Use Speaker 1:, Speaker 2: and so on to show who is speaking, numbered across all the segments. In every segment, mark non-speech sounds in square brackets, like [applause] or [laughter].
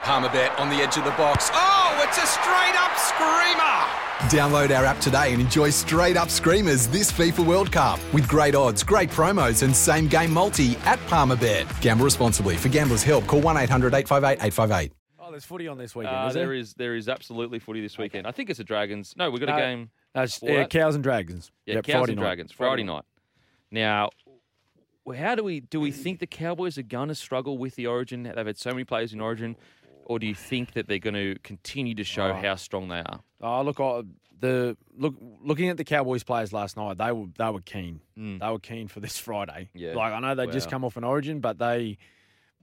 Speaker 1: Palmerbet on the edge of the box. Oh, it's a straight up screamer! Download our app today and enjoy straight up screamers this FIFA World Cup with great odds, great promos, and same game multi at Palmerbet. Gamble responsibly. For gamblers' help, call 1 800 858 858.
Speaker 2: Oh, there's footy on this weekend,
Speaker 3: Uh,
Speaker 2: is there?
Speaker 3: there is there is absolutely footy this weekend. I think it's the Dragons. No, we've got
Speaker 2: No.
Speaker 3: a game.
Speaker 2: No, it's,
Speaker 3: before
Speaker 2: yeah,
Speaker 3: that.
Speaker 2: cows and dragons.
Speaker 3: Yeah,
Speaker 2: Yep,
Speaker 3: Cows
Speaker 2: Friday
Speaker 3: and
Speaker 2: night.
Speaker 3: Dragons Friday night. Now, w- how do we do? We think the Cowboys are going to struggle with the Origin. They've had so many players in Origin, or do you think that they're going to continue to show how strong they are?
Speaker 2: Oh, look, I, the look looking at the Cowboys players last night, they were they were keen. They were keen for this [laughs] Friday.
Speaker 3: Mm. Yeah.
Speaker 2: Like I know they just
Speaker 3: Wow.
Speaker 2: come off an Origin, but they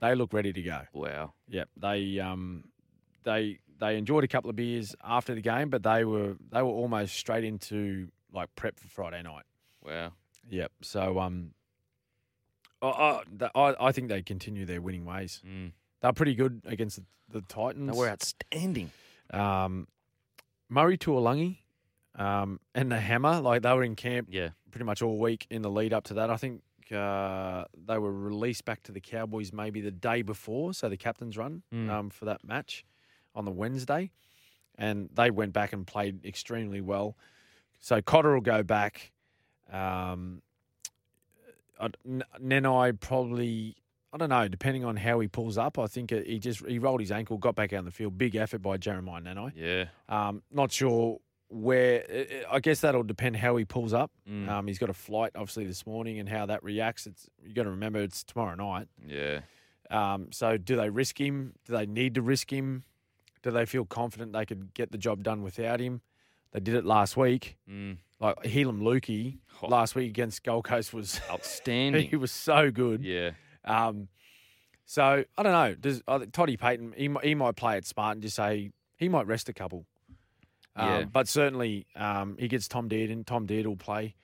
Speaker 2: they look ready to go.
Speaker 3: Wow.
Speaker 2: Yep. They um they they enjoyed a couple of beers after the game, but they were they were almost straight into like prep for Friday night.
Speaker 3: Wow.
Speaker 2: Yep. So um, I I, th- I, I think they continue their winning ways.
Speaker 3: Mm.
Speaker 2: They're pretty good against the, the Titans.
Speaker 3: They were outstanding.
Speaker 2: um, Murray Tuolungi, um, and the Hammer. Like they were in camp
Speaker 3: Yeah.
Speaker 2: pretty much all week in the lead up to that. I think uh, they were released back to the Cowboys maybe the day before, so the captain's run
Speaker 3: Mm.
Speaker 2: um, for that match on the Wednesday, and they went back and played extremely well. So Cotter will go back. Um, I- N- Nenai probably. I don't know. Depending on how he pulls up, I think he just he rolled his ankle, got back out on the field. Big effort by Jeremiah Nenai.
Speaker 3: Yeah.
Speaker 2: Um, not sure where. uh, I- I guess that'll depend how he pulls up.
Speaker 3: Mm.
Speaker 2: Um, he's got a flight obviously this morning, and how that reacts. It's you got to remember it's tomorrow night.
Speaker 3: Yeah.
Speaker 2: [laughs] Um, so do they risk him? Do they need to risk him? Do they feel confident they could get the job done without him? They did it last week.
Speaker 3: Mm.
Speaker 2: Like Helam Lukey
Speaker 3: Oh.
Speaker 2: last week against Gold Coast was [laughs] he
Speaker 3: Outstanding.
Speaker 2: was so good.
Speaker 3: yeah.
Speaker 2: Um, so I don't know. Does I think Toddy Payton? He, mi- he might play it smart and just say he might rest a couple. Um,
Speaker 3: Yeah.
Speaker 2: But certainly um, he gets Tom Dearden. Tom Deard will play.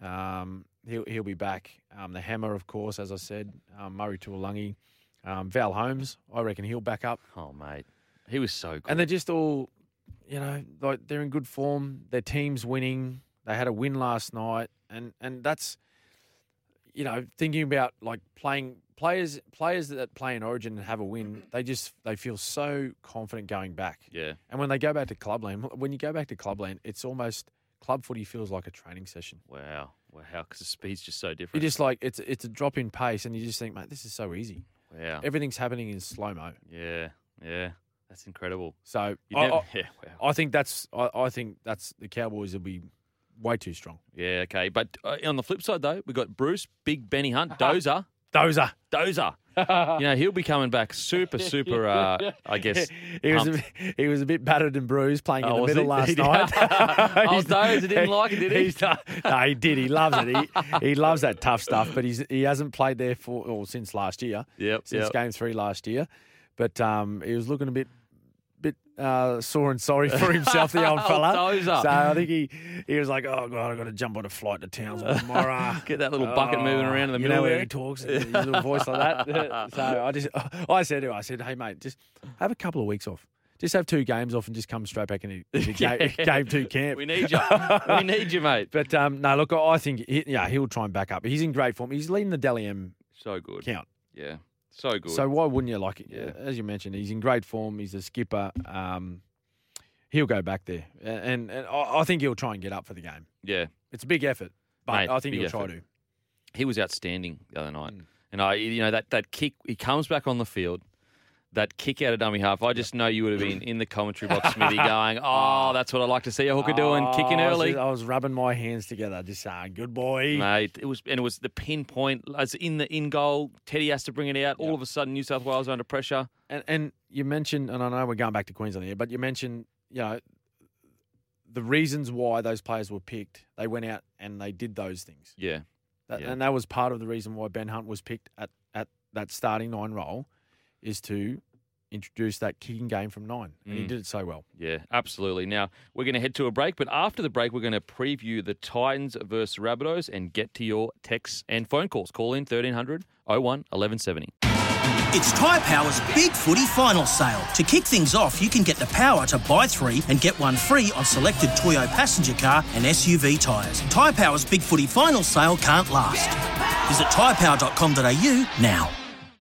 Speaker 2: Um, he'll he'll be back. Um, the Hammer, of course, as I said, um, Murray Tuolungi, um, Val Holmes. I reckon he'll back up.
Speaker 3: Oh mate, he was so good.
Speaker 2: And they're just all, you know, like they're in good form. Their team's winning. They had a win last night, and and that's, you know, thinking about like playing players players that play in Origin and have a win, they just they feel so confident going back.
Speaker 3: yeah.
Speaker 2: And when they go back to clubland, [laughs] when you go back to clubland, it's almost club footy feels like a training session.
Speaker 3: Wow. Wow. Because the speed's just so
Speaker 2: You
Speaker 3: different.
Speaker 2: just like it's it's a drop in pace, and you just think, mate, this is so easy.
Speaker 3: wow.
Speaker 2: Everything's happening in slow mo.
Speaker 3: yeah. Yeah. That's incredible.
Speaker 2: So
Speaker 3: You
Speaker 2: I-
Speaker 3: never-
Speaker 2: I-
Speaker 3: [laughs] yeah. Wow.
Speaker 2: I think that's I, I think that's the Cowboys will be way too strong.
Speaker 3: Yeah, okay. But uh, on the flip side, though, we got Bruce, Big Benny
Speaker 2: [laughs]
Speaker 3: Hunt,
Speaker 2: Uh-huh.
Speaker 3: Dozer,
Speaker 2: Those are
Speaker 3: Dozer. you know, he'll be coming back super, super. Uh, I guess.
Speaker 2: [laughs] he was a, bit- he was a bit battered and bruised playing
Speaker 3: Oh,
Speaker 2: in the
Speaker 3: was
Speaker 2: middle
Speaker 3: [laughs] he?
Speaker 2: last
Speaker 3: He did.
Speaker 2: night.
Speaker 3: Oh,
Speaker 2: He's-
Speaker 3: Dozer didn't like it, did he?
Speaker 2: he's not- no, he did. He loves it. He, he loves that tough stuff. But he's he hasn't played there for or since last year.
Speaker 3: Yep,
Speaker 2: Since
Speaker 3: yep.
Speaker 2: game three last year, but um, he was looking a bit. Bit uh, sore and sorry for himself, the
Speaker 3: [laughs]
Speaker 2: old
Speaker 3: Old
Speaker 2: fella.
Speaker 3: Dozer.
Speaker 2: So I think he he was like, "Oh God, I got to jump on a flight to Townsville
Speaker 3: [laughs]
Speaker 2: tomorrow." Oh,
Speaker 3: Get that little bucket moving around in the
Speaker 2: you
Speaker 3: middle
Speaker 2: know where
Speaker 3: there.
Speaker 2: he
Speaker 3: [laughs]
Speaker 2: talks, his little voice like that. [laughs] so I just, I said to her, I said, hey mate, just have a couple of weeks off. Just have two games off and just come straight back
Speaker 3: [laughs]
Speaker 2: into into
Speaker 3: Yeah.
Speaker 2: game, [laughs] game two camp.
Speaker 3: We need you.
Speaker 2: [laughs]
Speaker 3: we need you, mate.
Speaker 2: but um, no, look, I think he, yeah, he'll try and back up. He's in great form. He's leading the Dally M
Speaker 3: So good.
Speaker 2: count.
Speaker 3: Yeah. So good.
Speaker 2: So why wouldn't you like it?
Speaker 3: Yeah.
Speaker 2: As you mentioned, he's in great form. He's a skipper. Um, he'll go back there, A- and, and I, I think he'll try and get up for the game.
Speaker 3: yeah.
Speaker 2: It's a big effort, but
Speaker 3: Mate,
Speaker 2: I think
Speaker 3: big
Speaker 2: he'll try
Speaker 3: effort.
Speaker 2: to.
Speaker 3: He was outstanding the other
Speaker 2: Hmm.
Speaker 3: night. And I, you know, that, that kick, he comes back on the field. That kick out of dummy half. I just know you would have been in the commentary box,
Speaker 2: [laughs]
Speaker 3: Smithy, going, "Oh, that's what I like to see a hooker doing, kicking
Speaker 2: Oh, I was
Speaker 3: early."
Speaker 2: just- I was rubbing my hands together, just saying, "Good boy."
Speaker 3: Mate, it was and it was the pinpoint. It's in the in goal. Teddy has to bring it out. All of a sudden, New South Wales are under pressure.
Speaker 2: And, and you mentioned, and I know we're going back to Queensland here, but you mentioned, you know, the reasons why those players were picked. They went out and they did those things,
Speaker 3: Yeah,
Speaker 2: That-
Speaker 3: Yeah.
Speaker 2: and that was part of the reason why Ben Hunt was picked at at that starting nine role, is to introduced that kicking game from nine, and he did it so well.
Speaker 3: Yeah, absolutely. Now, we're going to head to a break, but after the break, we're going to preview the Titans versus Rabbitohs and get to your texts and phone calls. Call in 1300 01 1170.
Speaker 4: It's Tyre Power's Big Footy Final Sale. To kick things off, you can get the power to buy three and get one free on selected Toyo passenger car and SUV tyres. Tyre Power's Big Footy Final Sale can't last. Visit tyrepower.com.au now.